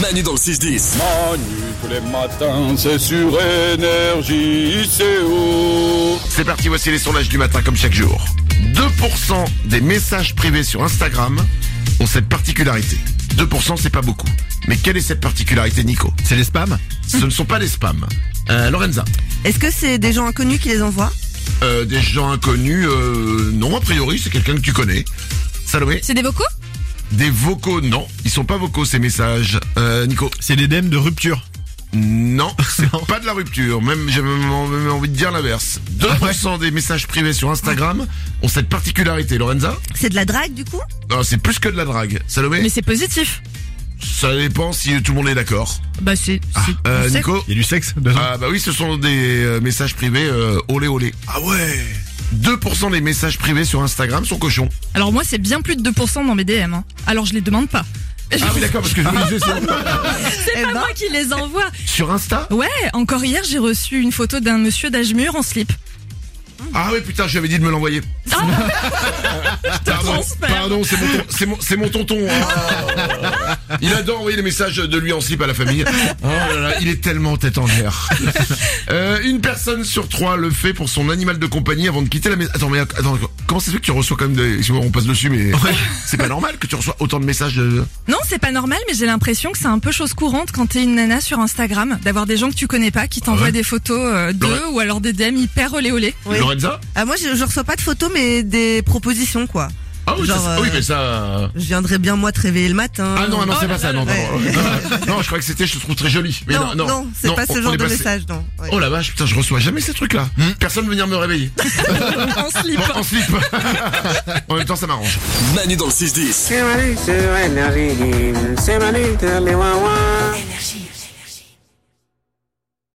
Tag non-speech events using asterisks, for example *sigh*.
Manu dans le 6-10. Manu, tous les matins, c'est sur énergie, c'est où C'est parti, voici les sondages du matin comme chaque jour. 2% des messages privés sur Instagram ont cette particularité. 2% c'est pas beaucoup. Mais quelle est cette particularité Nico C'est les spams Ce ne sont pas des spams. Euh, Lorenza Est-ce que c'est des gens inconnus qui les envoient Euh, Des gens inconnus euh, Non, a priori c'est quelqu'un que tu connais. Salomé C'est des vocaux Des vocaux Non, ils sont pas vocaux ces messages. Euh, Nico C'est l'EDEM de rupture. Non, c'est pas de la rupture. Même j'ai même en- même envie de dire Ah l'inverse. 2% des messages privés sur Instagram ont cette particularité. Lorenza C'est de la drague du coup Non, C'est plus que de la drague. Salomé Mais c'est positif. Ça dépend si tout le monde est d'accord. Bah c'est... c'est- Euh, c'est- Nico Il y a du sexe dedans. Ah bah oui, ce sont des euh, messages privés euh, olé olé. Ah ouais 2% des messages privés sur Instagram sont cochons. Alors moi c'est bien plus de 2% dans mes DM. hein. Alors je les demande pas. Ah oui d'accord, parce que je me disais, c'est- C'est pas moi qui les envoie. *laughs* sur Insta Ouais, encore hier j'ai reçu une photo d'un monsieur d'âge mûr en slip. Ah ouais putain, j'avais dit de me l'envoyer. Ah. Pardon, transfère. pardon, c'est mon, ton- c'est mon, c'est mon tonton. *laughs* Ah. Il adore envoyer les messages de lui en slip à la famille. Oh là là, il est tellement tête en *laughs* l'air. Euh, une personne sur trois le fait pour son animal de compagnie avant de quitter la maison. Attends, mais attends, comment ça se fait que tu reçois quand même des... excuse-moi, On passe dessus, mais *laughs* c'est pas normal que tu reçois autant de messages. De... Non, c'est pas normal, mais j'ai l'impression que c'est un peu chose courante quand t'es une nana sur Instagram, d'avoir des gens que tu connais pas qui t'envoient ouais des photos euh, d'eux ou alors des DM hyper olé olé. Oui. Lorenza Ah moi je, je reçois pas de photos mais des propositions quoi. Ah oui, Genre, ça- ah oui, euh, mais ça... Je viendrai bien moi te réveiller le matin. Ah non, ah non, Oh c'est là pas ça, là non, là pardon. Non, je crois que c'était, je te trouve très joli. Mais non, non, non, non, c'est pas on- ce on genre est de passé- message, non. Ouais. Oh la vache, putain, je reçois jamais ces trucs-là. Personne venir me réveiller. Hmm. *laughs* en slip. En *laughs* slip. en même temps, ça m'arrange. Manu dans le 6-10. C'est Manu sur énergie. C'est Manu sur les wawas.